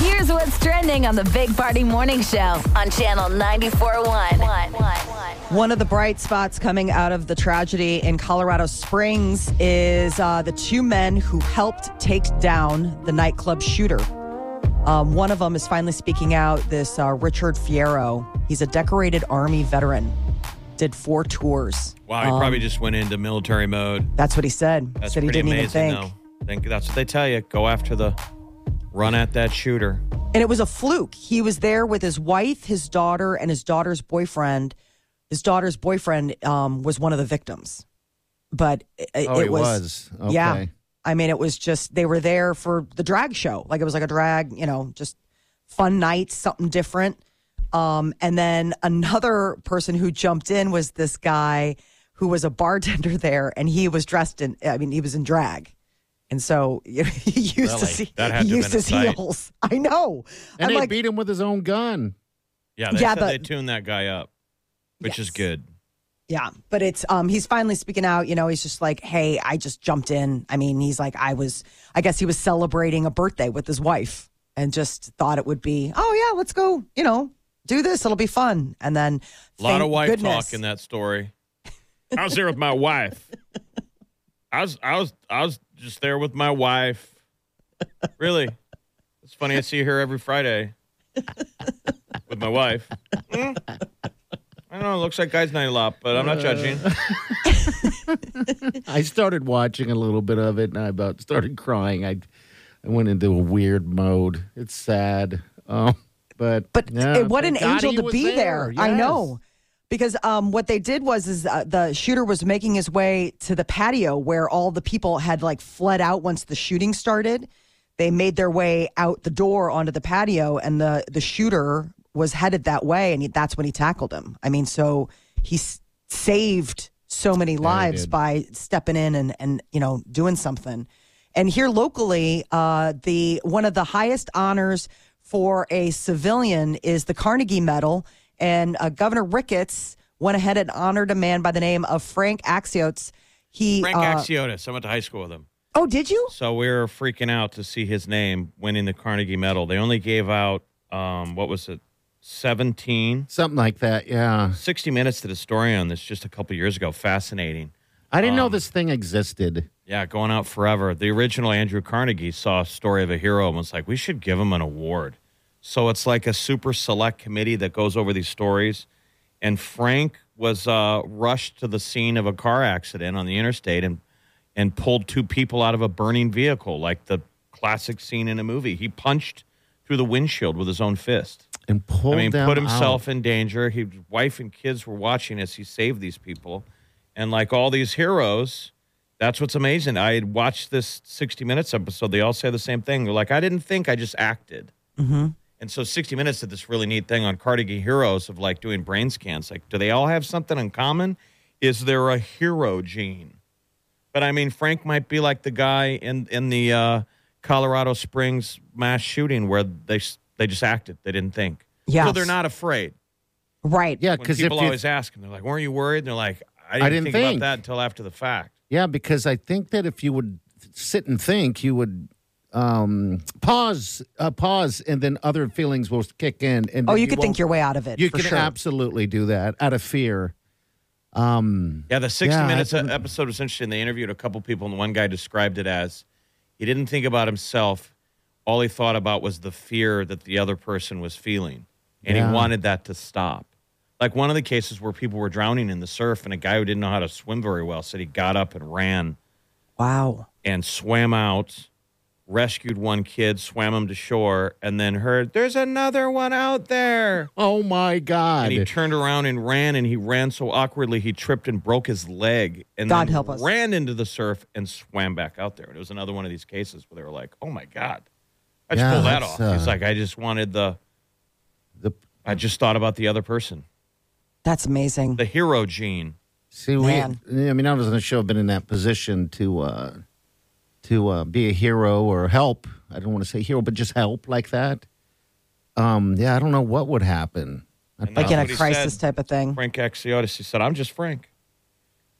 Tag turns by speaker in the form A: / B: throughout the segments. A: Here's what's trending on the Big Party Morning Show on Channel 94.1.
B: One of the bright spots coming out of the tragedy in Colorado Springs is uh, the two men who helped take down the nightclub shooter. Um, one of them is finally speaking out, this uh, Richard Fierro. He's a decorated Army veteran, did four tours.
C: Wow, he probably just went into military mode.
B: That's what he said.
C: That's
B: Um, said he
C: pretty
B: didn't even
C: amazing.
B: think.
C: though. I think that's what they tell you. Go after the run at that shooter.
B: And it was a fluke. He was there with his wife, his daughter, and his daughter's boyfriend. His daughter's boyfriend um, was one of the victims. But it,
D: Oh,
B: it
D: he was. Okay.
B: Yeah. I mean, it was just, they were there for the drag show. Like it was like a drag, you know, just fun night, something different. Um, and then another person who jumped in was this guy who was a bartender there and he was dressed in, I mean, he was in drag. And so you know, he used to
C: Really?
B: see,
C: That had
B: he
C: to have
B: used
C: been a
B: his
C: sight.
B: heels. I know.
D: And
B: I'm
D: they
B: like,
D: beat him with his own gun.
C: Yeah, they
B: Yeah,
C: said
B: but-
C: they tuned that guy up, which is
B: Yes.
C: good.
B: Yeah, but it's um he's finally speaking out, you know, he's just like, "Hey, I just jumped in." I mean, he's like, "I was I guess he was celebrating a birthday with his wife and just thought it would be, "Oh yeah, let's go, you know, do this, it'll be fun." And then
C: A lot of wife
B: goodness,
C: talk in that story. I was there with my wife. I was I was I was just there with my wife. Really. It's funny I see her every Friday with my wife. Mm. I don't know, it looks like guys night a lot, but I'm not judging.
D: I started watching a little bit of it, and I about started crying. I, I went into a weird mode. It's sad, um, but
B: But
D: yeah,
B: eh, what an
D: thank God
B: angel
D: he
B: to
D: was
B: be there. I
D: Yes.
B: know. Because um, what they did was is uh, the shooter was making his way to the patio where all the people had like fled out once the shooting started. They made their way out the door onto the patio, and the the shooter was headed that way, and he, that's when he tackled him. I mean, so he s- saved so many lives
D: did.
B: by stepping in and and you know doing something. And here locally, uh, the one of the highest honors for a civilian is the Carnegie Medal, and uh, Governor Ricketts went ahead and honored a man by the name of Frank Axiotes. He
C: Frank
B: uh,
C: Axiotis. I went to high school with him.
B: oh, did you?
C: So we were freaking out to see his name winning the Carnegie Medal. They only gave out um, what was it, 17?
D: Something like that. Yeah,
C: 60 Minutes did a story on this just a couple years ago. Fascinating.
D: I didn't
C: Um,
D: know this thing existed.
C: Yeah, going out forever. The original Andrew Carnegie saw a story of a hero and was like, we should give him an award. So it's like a super select committee that goes over these stories. And Frank was uh, rushed to the scene of a car accident on the interstate and and pulled two people out of a burning vehicle, like the classic scene in a movie. He punched through the windshield with his own fist.
D: And pulled
C: I mean,
D: them
C: put himself
D: out.
C: in danger. His wife and kids were watching as he saved these people. And like all these heroes, that's what's amazing. I had watched this 60 Minutes episode. They all say the same thing. They're like, I didn't think, I just acted. Mm-hmm. And so 60 Minutes did this really neat thing on Carnegie Heroes of like doing brain scans. Like, do they all have something in common? Is there a hero gene? But I mean, Frank might be like the guy in in the uh, Colorado Springs mass shooting where they s- they just acted. They didn't think. So
B: Yes.
C: they're not afraid.
B: Right.
D: Yeah,
C: When
D: because if
C: people
D: you-
C: always ask them, they're like, "Weren't you worried?" And they're like, "I didn't,
D: didn't
C: think,
D: think.
C: about that until after the fact."
D: yeah, because I think that if you would sit and think, you would um pause uh, pause and then other feelings will kick in and
B: Oh,
D: then
B: you, could
D: won't-
B: think your way out of it.
D: you
B: for
D: can
B: sure.
D: absolutely do that out of fear
C: Yeah, the 60
D: Yeah,
C: Minutes e-,
D: that's-
C: episode was interesting. They interviewed a couple people, and one guy described it as he didn't think about himself. All he thought about was the fear that the other person was feeling, and
D: Yeah.
C: he wanted that to stop. Like one of the cases where people were drowning in the surf, and a guy who didn't know how to swim very well said he got up and ran
B: Wow.
C: and swam out, rescued one kid, swam him to shore, and then heard, There's another one out there.
D: oh my god
C: And he turned around and ran, and he ran so awkwardly he tripped and broke his leg. And
B: God
C: then
B: help us.
C: Ran into the surf and swam back out there. And it was another one of these cases where they were like, "Oh my god, I just
D: Yeah,
C: pulled that off.
D: that's,
C: He's
D: uh,
C: like, I just wanted the,
D: The
C: I just thought about the other person,
B: That's amazing.
C: the hero gene.
D: see, we.
B: Man.
D: I mean, I wasn't sure I've been in that position to uh, to uh, be a hero or help. I don't want to say hero, but just help like that. Um, yeah, I don't know what would happen. I
C: And
B: Like in
C: that's
B: a
C: what he
B: crisis
C: said.
B: type of thing.
C: Frank Axiotis, he said, I'm just Frank.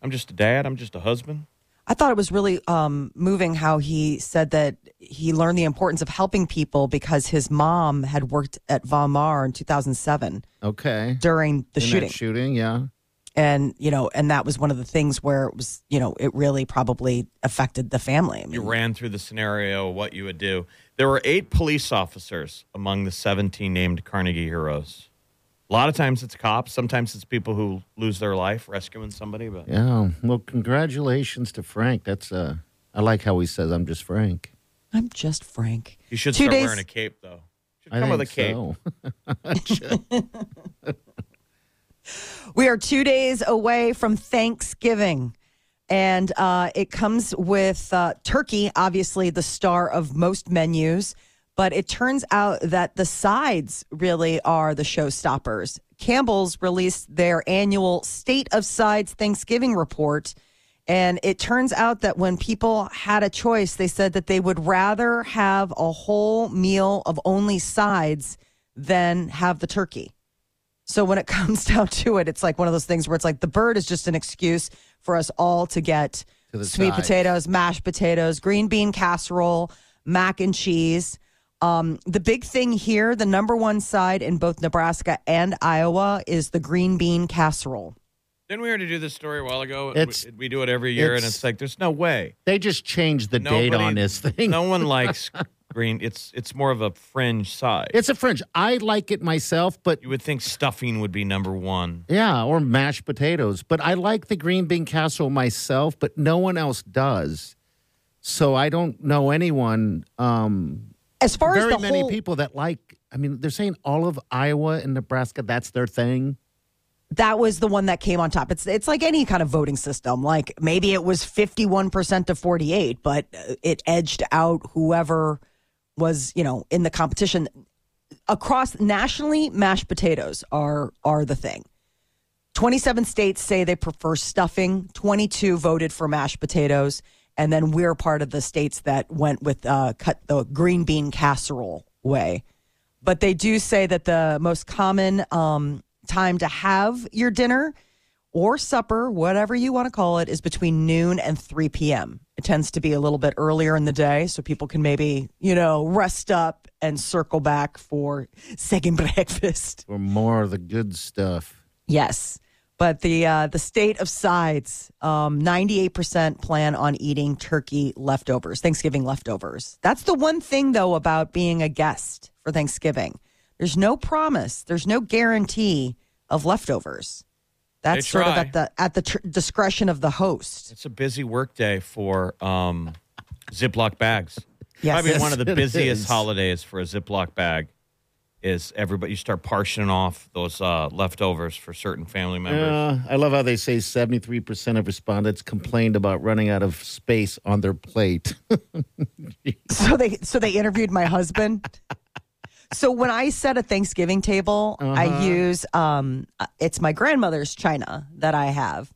C: I'm just a dad. I'm just a husband.
B: I thought it was really um, moving how he said that he learned the importance of helping people because his mom had worked at Von Maur in 2007
D: Okay.
B: during the
D: In that
B: shooting,
D: shooting, yeah.
B: and you know, and that was one of the things where it was, you know, it really probably affected the family. I
C: You
B: mean,
D: Mm-hmm.
C: ran through the scenario, what you would do. There were eight police officers among the 17 named Carnegie heroes. A lot of times it's cops. Sometimes it's people who lose their life rescuing somebody. But
D: Yeah. Well, congratulations to Frank. That's uh I like how he says I'm just Frank.
B: I'm just Frank.
C: you should
B: Two
C: start
B: days-
C: wearing a cape, though. Should
D: I
C: come with a
D: think
C: cape.
D: so.
B: We are two days away from Thanksgiving, and uh, it comes with uh, turkey, obviously the star of most menus. But it turns out that the sides really are the showstoppers. Campbell's released their annual State of Sides Thanksgiving report. And it turns out that when people had a choice, they said that they would rather have a whole meal of only sides than have the turkey. So when it comes down to it, it's like one of those things where it's like the bird is just an excuse for us all to get
D: To the
B: sweet
D: sides.
B: potatoes, mashed potatoes, green bean casserole, mac and cheese. Um, the big thing here, the number one side in both Nebraska and Iowa is the green bean casserole.
C: Didn't we already do this story a while ago?
D: It's-
C: we, we do it every year, and
D: it's-
C: it's like there's no way.
D: They just changed the date
C: Nobody-
D: on this thing.
C: No one likes green. It's it's more of a fringe side.
D: It's a fringe. I like it myself, but
C: you would think stuffing would be number one.
D: yeah, or mashed potatoes. But I like the green bean casserole myself, but no one else does. So I don't know anyone. Um,
B: As far
D: very
B: as the
D: many
B: whole,
D: people that like. I mean, they're saying all of Iowa and Nebraska. That's their thing.
B: that was the one that came on top. It's it's like any kind of voting system. Like maybe it was fifty one percent to forty eight, but uh, it edged out whoever was you know in the competition. Across nationally, mashed potatoes are are the thing. Twenty seven states say they prefer stuffing. Twenty two voted for mashed potatoes, and then we're part of the states that went with uh, cut the green bean casserole way but they do say that the most common um, time to have your dinner or supper, whatever you want to call it, is between noon and 3 p.m. It tends to be a little bit earlier in the day so people can maybe, you know, rest up and circle back for second breakfast.
D: Or more of the good stuff.
B: Yes. But the uh, the state of sides, ninety eight percent plan on eating turkey leftovers, Thanksgiving leftovers. That's the one thing though about being a guest for Thanksgiving. There's no promise. There's no guarantee of leftovers. That's
C: They
B: sort of
C: try.
B: at the at the tr- discretion of the host.
C: It's a busy work day for um, Ziploc bags.
B: Yes.
C: Probably
D: Yes,
C: one of the
D: it
C: busiest
D: is.
C: holidays for a Ziploc bag is everybody you start partioning off those uh, leftovers for certain family members.
D: Yeah, I love how they say 73% of respondents complained about running out of space on their plate.
B: So they so they interviewed my husband. so when I set a Thanksgiving table, I use um uh, it's my grandmother's china that I have.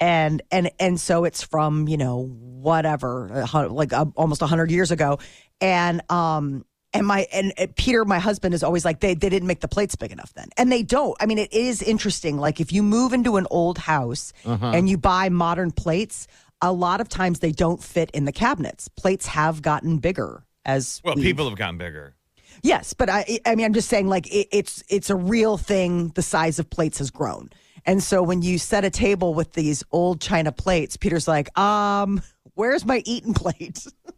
B: And and and so it's from, you know, whatever, a hun- like uh, almost 100 years ago and um and my and uh, Peter, my husband, is always like they they didn't make the plates big enough then, and they don't. I mean, it is interesting. Like if you move into an old house and you buy modern plates, a lot of times they don't fit in the cabinets. Plates have gotten bigger as
C: Well,
B: we've-
C: people have gotten bigger.
B: Yes, but I I mean I'm just saying like it, it's it's a real thing. The size of plates has grown, and so when you set a table with these old china plates, Peter's like, um, where's my eating plate?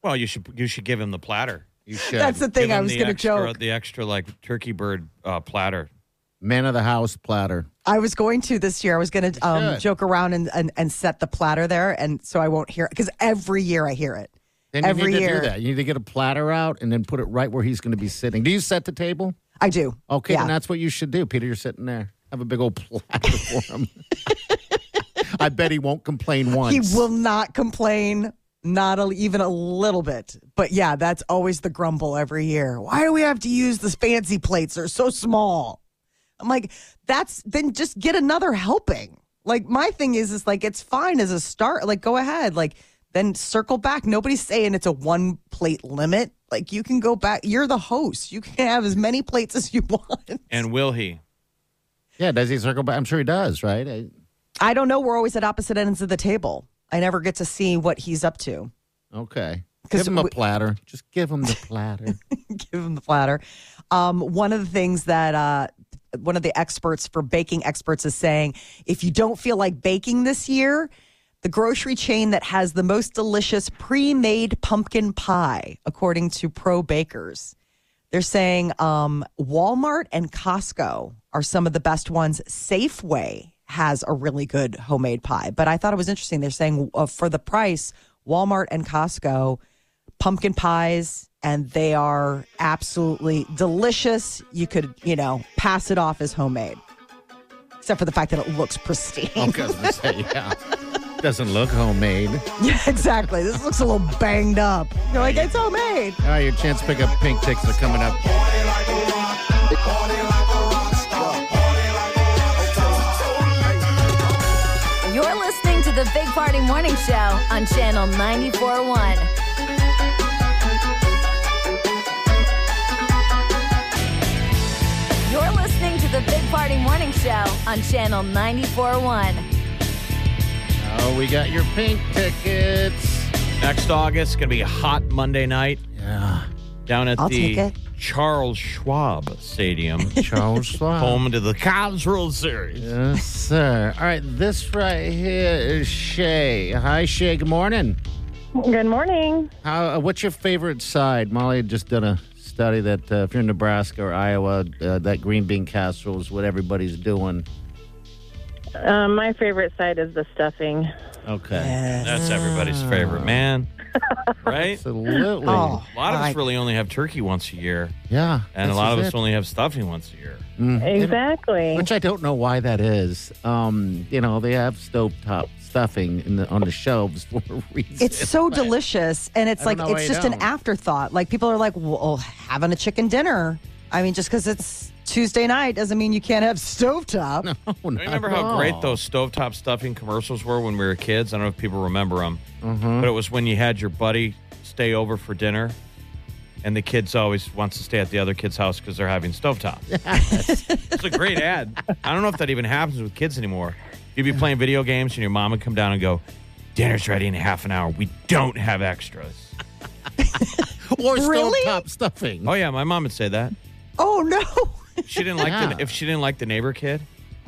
C: Well, you should you should give him the platter.
D: You should.
B: That's the thing
C: Give
B: I
C: him
B: was
C: the
B: going to
C: extra-
B: joke.
C: The extra like turkey bird uh, platter.
D: Man of the house platter.
B: I was going to this year. I was going to um,
D: should.
B: joke around and, and, and set the platter there, and so I won't hear it because every year I hear it.
D: Then you
B: every
D: need to
B: year
D: do that. You need to get a platter out and then put it right where he's going to be sitting. Do you set the table?
B: I do.
D: Okay,
B: yeah.
D: then that's what you should do, Peter. You're sitting there. Have a big old platter for him. I bet he won't complain once.
B: he will not complain Not a, even a little bit. But yeah, that's always the grumble every year. Why do we have to use the fancy plates? They're so small. I'm like, that's then just get another helping. Like my thing is is like it's fine as a start. Like go ahead. Like then circle back. Nobody's saying it's a one plate limit. Like you can go back. You're the host. You can have as many plates as you want.
C: And will he?
D: Yeah, does he circle back? I'm sure he does, right? I,
B: I don't know. We're always at opposite ends of the table. I never get to see what he's up to.
D: okay.
B: 'Cause
D: Give him a
B: we-
D: platter. Just give him the platter.
B: Give him the platter. Um, one of the things that uh, one of the experts for baking experts is saying if you don't feel like baking this year, the grocery chain that has the most delicious pre made pumpkin pie, according to pro bakers, they're saying um, Walmart and Costco are some of the best ones. Safeway has a really good homemade pie, but I thought it was interesting. They're saying uh, for the price, Walmart and Costco pumpkin pies, and they are absolutely delicious. You could, you know, pass it off as homemade, except for the fact that it looks pristine.
D: Okay, I was Oh, gonna say, yeah. Doesn't look homemade. All
B: yeah, exactly. This looks a little banged up. You're like, it's homemade.
D: right, your chance to pick up pink ticks are coming up.
A: You're listening to the Big Party Morning Show on Channel 941. You're listening to the Big Party Morning Show on Channel 941.
D: Oh, we got your pink tickets.
C: Next August, going to be a hot Monday night
D: Yeah.
C: down at
B: I'll take
C: the
B: it.
C: Charles Schwab Stadium,
D: Charles Schwab.
C: home to the Cubs World Series.
D: Yes, sir. All right, this right here is Shay. Hi, Shay. Good morning.
E: Good morning.
D: How? uh, What's your favorite side? Molly had just done a study that uh, if you're in Nebraska or Iowa, uh, that green bean casserole is what everybody's doing.
E: Um, my favorite side is the stuffing.
D: Okay.
C: That's everybody's favorite, man. Right?
D: Absolutely.
B: Oh.
C: A lot of us
B: Right.
C: really only have turkey once a year,
D: Yeah.
C: and a
D: this
C: lot of
D: is
C: us
D: it. Mm.
C: only have stuffing once a year.
E: Exactly.
D: Which I don't know why that is. Um, you know, they have stovetop stuffing in the, on the shelves for a reason.
B: It's so delicious, and it's
D: I
B: like
D: don't know why
B: it's
D: you
B: just an
D: don't.
B: afterthought. Like people are like, "Well, oh, having a chicken dinner." I mean, just because it's Tuesday night doesn't mean you can't have stovetop.
D: Oh, not
C: I remember
D: at
C: how great
D: all.
C: those stovetop stuffing commercials were when we were kids. I don't know if people remember them,
D: Mm-hmm.
C: but it was when you had your buddy stay over for dinner, and the kids always wants to stay at the other kid's house because they're having stovetop. it's a great ad. I don't know if that even happens with kids anymore. You'd be playing video games, and your mom would come down and go, "Dinner's ready in half an hour. We don't have extras."
D: or
B: Really?
D: stovetop stuffing.
C: Oh yeah, my mom would say that.
B: Oh no!
C: She didn't like
D: Yeah.
C: the, if she didn't like the neighbor kid.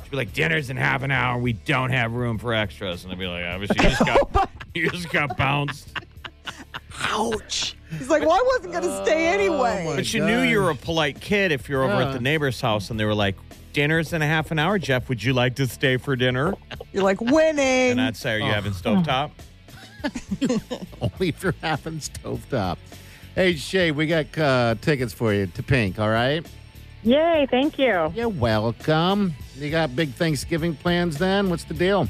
C: She'd be like, "Dinner's in half an hour. We don't have room for extras." And I'd be like, "Obviously, you just
D: Oh
C: got you just got bounced."
B: Ouch! He's like, "Well, I wasn't going to stay anyway."
D: Oh, my-
C: But she knew you were a polite kid if you're over at
D: Yeah.
C: the neighbor's house and they were like, "Dinner's in a half an hour, Jeff. Would you like to stay for dinner?"
B: You're like winning.
C: And I'd say, "Are
D: Oh.
C: you having stovetop?"
D: Only if you're having stovetop. Hey, Shay, we got uh, tickets for you to Pink, all right?
E: Yay, thank you.
D: You're welcome. You got big Thanksgiving plans then? What's the deal?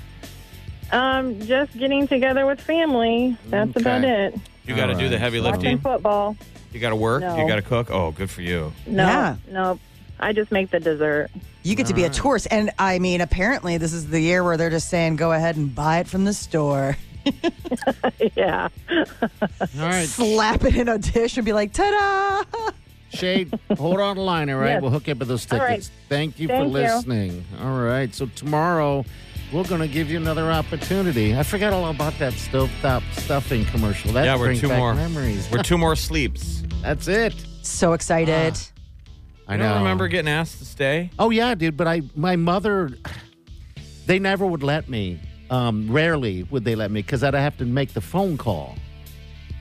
E: Um, just getting together with family. That's
D: Okay.
E: about it.
C: You got to
D: All
C: do the
D: right.
C: heavy
E: Watching
C: lifting.
E: football.
C: You got to work. You
E: No.
C: got to cook. Oh, good for you.
E: No,
B: Yeah.
E: no. I just make the dessert.
B: you get to be a tourist, and I mean, apparently, this is the year where they're just saying, "Go ahead and buy it from the store."
E: yeah.
D: All right.
B: Slap it in a dish and be like, "Ta-da!"
D: Shay, hold on the line, all right?
E: Yes.
D: We'll hook you up with those
E: All
D: tickets.
E: right.
D: Thank you for
E: Thank you.
D: listening. All right. So tomorrow we're gonna give you another opportunity. I forgot all about that stovetop stuffing commercial. That
C: yeah, we're
D: brings
C: two
D: back
C: more
D: memories.
C: We're two more sleeps.
D: That's it.
B: So excited.
D: I
C: I
D: know.
C: don't remember getting asked to stay.
D: Oh yeah, dude. But I, my mother, they never would let me. Um, rarely would they let me because I'd have to make the phone call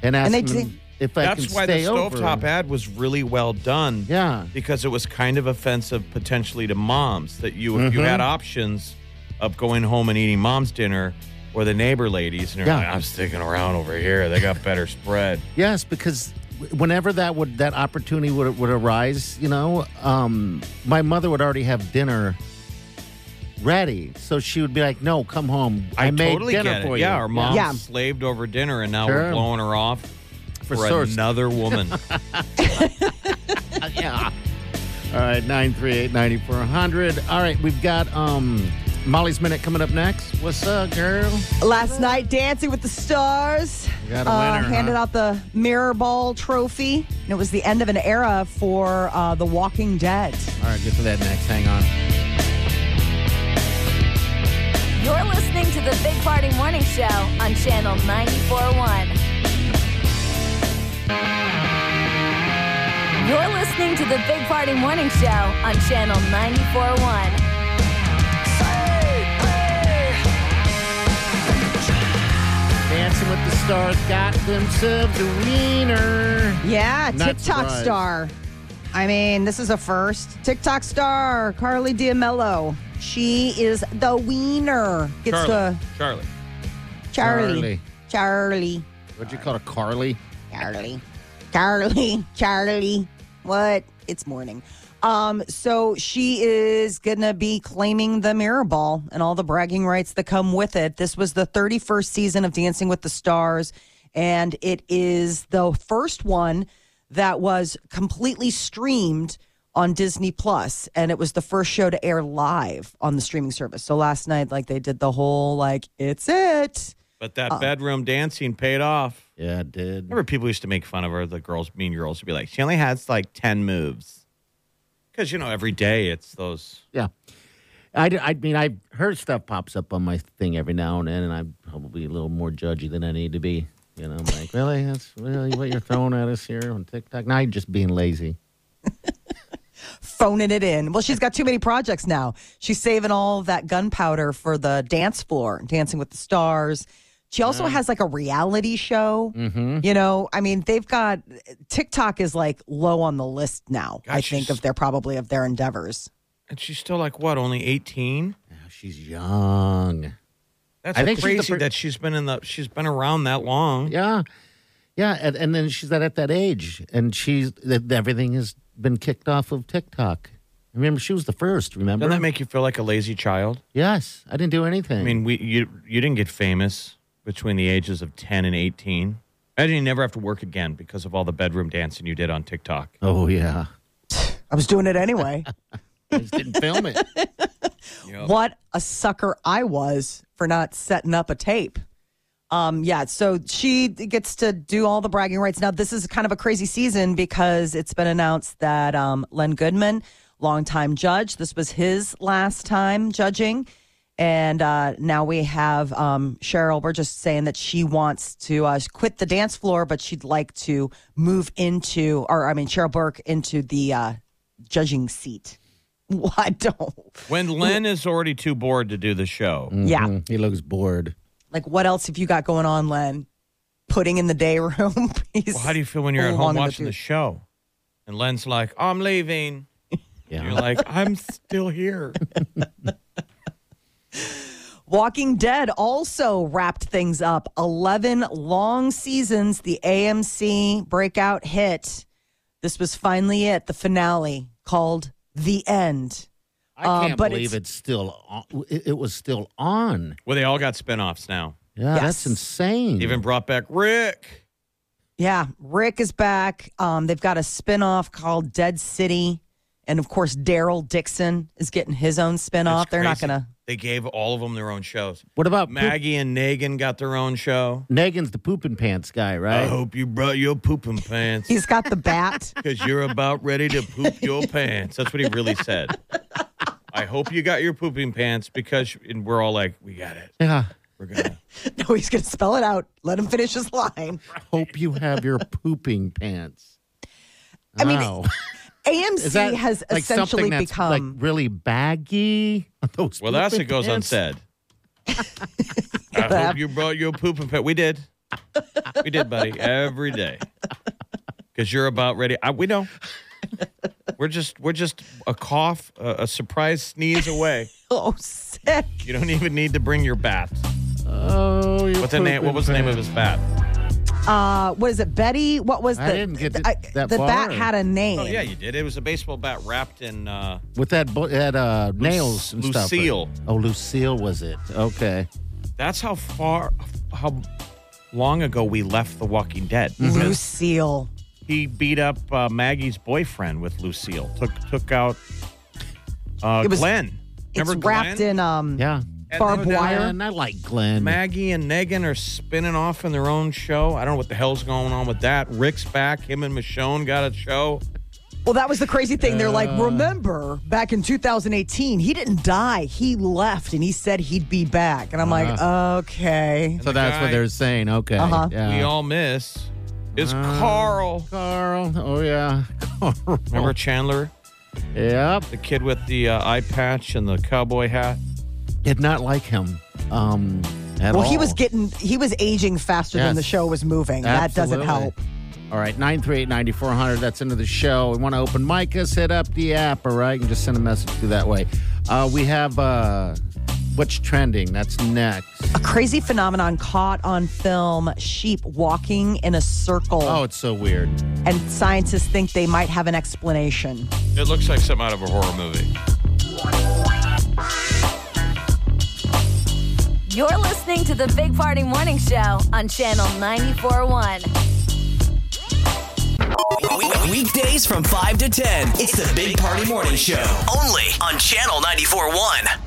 D: and ask
B: And they
D: them
B: didn't-
D: if I
C: That's
D: can
C: why the
D: stay over.
C: stovetop ad was really well done.
D: Yeah.
C: because it was kind of offensive potentially to moms that you you had
D: Mm-hmm.
C: options of going home and eating mom's dinner or the neighbor ladies, and you're
D: Yeah.
C: like, I'm sticking around over here. They got better spread.
D: Yes, because w- whenever that would that opportunity would would arise, you know, um, my mother would already have dinner ready. So she would be like, "No, come home. I, made
C: totally
D: dinner
C: get it.
D: for you."
C: Yeah, our mom
B: Yeah.
C: slaved over dinner, and now
D: Sure.
C: we're blowing her off for,
D: thirst.
C: another woman.
D: yeah. All right, 938 9400. All right, we've got um, Molly's Minute coming up next. What's up, girl?
B: Last night, Dancing with the Stars uh,
D: You got a winner, huh?
B: handed out the Mirror Ball Trophy, and it was the end of an era for uh, The Walking Dead.
D: All right, get to that next. Hang on.
A: You're listening to the Big Party Morning Show on Channel 941. You're listening to the Big Party Morning Show on Channel 941.
D: Dancing with the Stars got themselves a winner.
B: Yeah,
D: Not
B: TikTok
D: surprised.
B: star. I mean, this is a first. TikTok star Carly D'Amello. She is the wiener. Gets
C: Charlie,
B: to
C: Charlie,
B: Charlie. Charlie.
D: What'd you call it, Carly?
B: Charlie. Charlie. Charlie. What? It's morning. Um, so she is gonna be claiming the mirror ball and all the bragging rights that come with it. This was the 31st season of Dancing with the Stars, and it is the first one that was completely streamed on Disney Plus, and it was the first show to air live on the streaming service. So last night, like they did the whole like, it's it.
C: but that bedroom dancing paid off.
D: Yeah, it did.
C: Remember, people used to make fun of her. The girls, mean girls, would be like, "She only has like ten moves," because you know every day it's those.
D: Yeah. I, d- I mean, I her stuff pops up on my thing every now and then, and I'm probably a little more judgy than I need to be. You know, I'm like, really? That's really what you're throwing at us here on TikTok? Now you're just being lazy.
B: phoning it in. Well, she's got too many projects now. She's saving all that gunpowder for the dance floor, Dancing with the Stars. She also has like a reality show. You know, I mean, they've got TikTok is like low on the list now. I
C: Gosh,
B: think
C: she's-
B: of their probably of their endeavors.
C: And she's still like what, only eighteen?
D: Yeah, she's young.
C: That's
D: I think she's the
C: crazy
D: fir-
C: that she's been in the she's been around that long.
D: Yeah, yeah, and, and then she's at, at that age, and she's that everything has been kicked off of TikTok. Remember, she was the first. Remember?
C: Doesn't that make you feel like a lazy child?
D: yes, I didn't do anything.
C: I mean, we you you didn't get famous between the ages of ten and eighteen. Imagine you never have to work again because of all the bedroom dancing you did on TikTok.
D: oh yeah,
B: I was doing it anyway.
D: I just didn't film it.
B: What a sucker I was for not setting up a tape. Um, yeah, so she gets to do all the bragging rights. Now, this is kind of a crazy season because it's been announced that um, Len Goodman, longtime judge, this was his last time judging. And uh, now we have um, Cheryl. We're just saying that she wants to uh, quit the dance floor, but she'd like to move into, or I mean, Cheryl Burke into the uh, judging seat. Well, I don't.
C: When Len is already too bored to do the show,
B: Yeah.
D: Mm, he looks bored.
B: Like, what else have you got going on, Len? Putting in the day room. He's
C: well, how do you feel when you're at
D: Oh,
B: all along
C: home
B: in
C: watching the
B: tooth.
C: show? And Len's like, "I'm leaving."
D: Yeah.
C: You're like, "I'm still here."
B: Walking Dead also wrapped things up. 11 long seasons, the AMC breakout hit. This was finally it, the finale called The End.
D: I
B: Uh,
D: can't
B: but
D: believe
B: it's-
D: it's, still on. It, it was still on.
C: well, they all got spinoffs now.
D: Yeah,
B: Yes.
D: that's insane.
C: They Even brought back Rick.
B: Yeah, Rick is back. Um, they've got a spinoff called Dead City. And of course, Daryl Dixon is getting his own
C: That's
B: spinoff. They're not
C: crazy.
B: going to.
C: They gave all of them their own shows.
D: what about Maggie?
C: Maggie and Negan got their own show.
D: Negan's the pooping pants guy,
C: I
D: right?
C: hope you brought your pooping pants
B: He's got the bat.
C: because you're about ready to poop your pants. That's what he really said. I hope you got your pooping pants because, and we're all like, we got it.
D: Yeah.
C: We're gonna.
B: no, he's going to spell it out. Let him finish his line.
D: Hope you have your pooping pants.
B: I mean,
D: Wow.
B: AMC has
D: like
B: essentially
D: something that's
B: become
D: like really baggy? Are Those
C: Well, that's
D: pooping
C: what goes
D: pants?
C: unsaid. I hope you brought your pooping pants. We did. We did, buddy, every day. Because you're about ready. I, we know. We're just we're just a cough, a, a surprise sneeze away.
B: oh sick.
C: You don't even need to bring your bat.
D: Oh, your
C: What's the name? What
D: pooping
C: was the name of his
D: pants.
C: bat?
B: Uh, what is it, Betty? What was the
D: I didn't get
B: the,
D: to that
B: the
D: far.
B: bat had a name?
C: Oh yeah, you did. It was a baseball bat wrapped in. Uh,
D: With that, bu- that uh, nails and stuff. right?
C: Lucille.
D: Oh, Lucille was it? Okay.
C: that's how far, how long ago we left The Walking Dead.
B: Mm-hmm. Lucille.
C: He beat up uh, Maggie's boyfriend with Lucille. Took took out uh,
B: It was-
C: Glenn.
B: It's
C: Remember
B: wrapped
C: Glenn?
B: in um
D: Yeah.
C: And
B: barbed
C: then
B: wire.
D: And I like Glenn.
C: Maggie and Negan are spinning off in their own show. I don't know what the hell's going on with that. Rick's back. Him and Michonne got a show.
B: Well, that was the crazy thing. They're like,
D: Uh.
B: remember back in 2018, he didn't die. He left and he said he'd be back. And I'm
D: Uh-huh.
B: like, okay.
D: so that's what
C: guy-
D: they're saying. Okay.
B: Uh-huh.
D: Yeah.
C: we all miss is
D: Uh,
C: Carl.
D: Carl. Oh, yeah. Carl.
C: Remember Chandler,
D: Yep.
C: the kid with the uh, eye patch and the cowboy hat?
D: Did not like him um, at
B: Well,
D: all.
B: he was getting, he was aging faster than
D: Yes.
B: the show was moving. That doesn't
D: Absolutely.
B: help.
D: All right, 938 9400. That's into the show. We want to open mic us, hit up the app, all right? You can just send a message through that way. Uh, we have uh, What's Trending. That's next.
B: A crazy phenomenon caught on film sheep walking in a circle.
D: Oh, it's so weird.
B: And scientists think they might have an explanation.
C: It looks like something out of a horror movie.
A: You're listening to the Big Party Morning Show on Channel 94.1.
F: Weekdays from 5 to 10. It's the Big Party Morning Show. Only on Channel 94.1.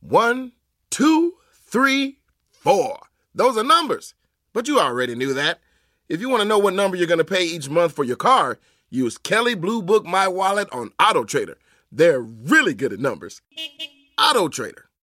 G: One, two, three, four. Those are numbers, but you already knew that. If you want to know what number you're going to pay each month for your car, use Kelly Blue Book My Wallet on Auto Trader. They're really good at numbers. Auto Trader.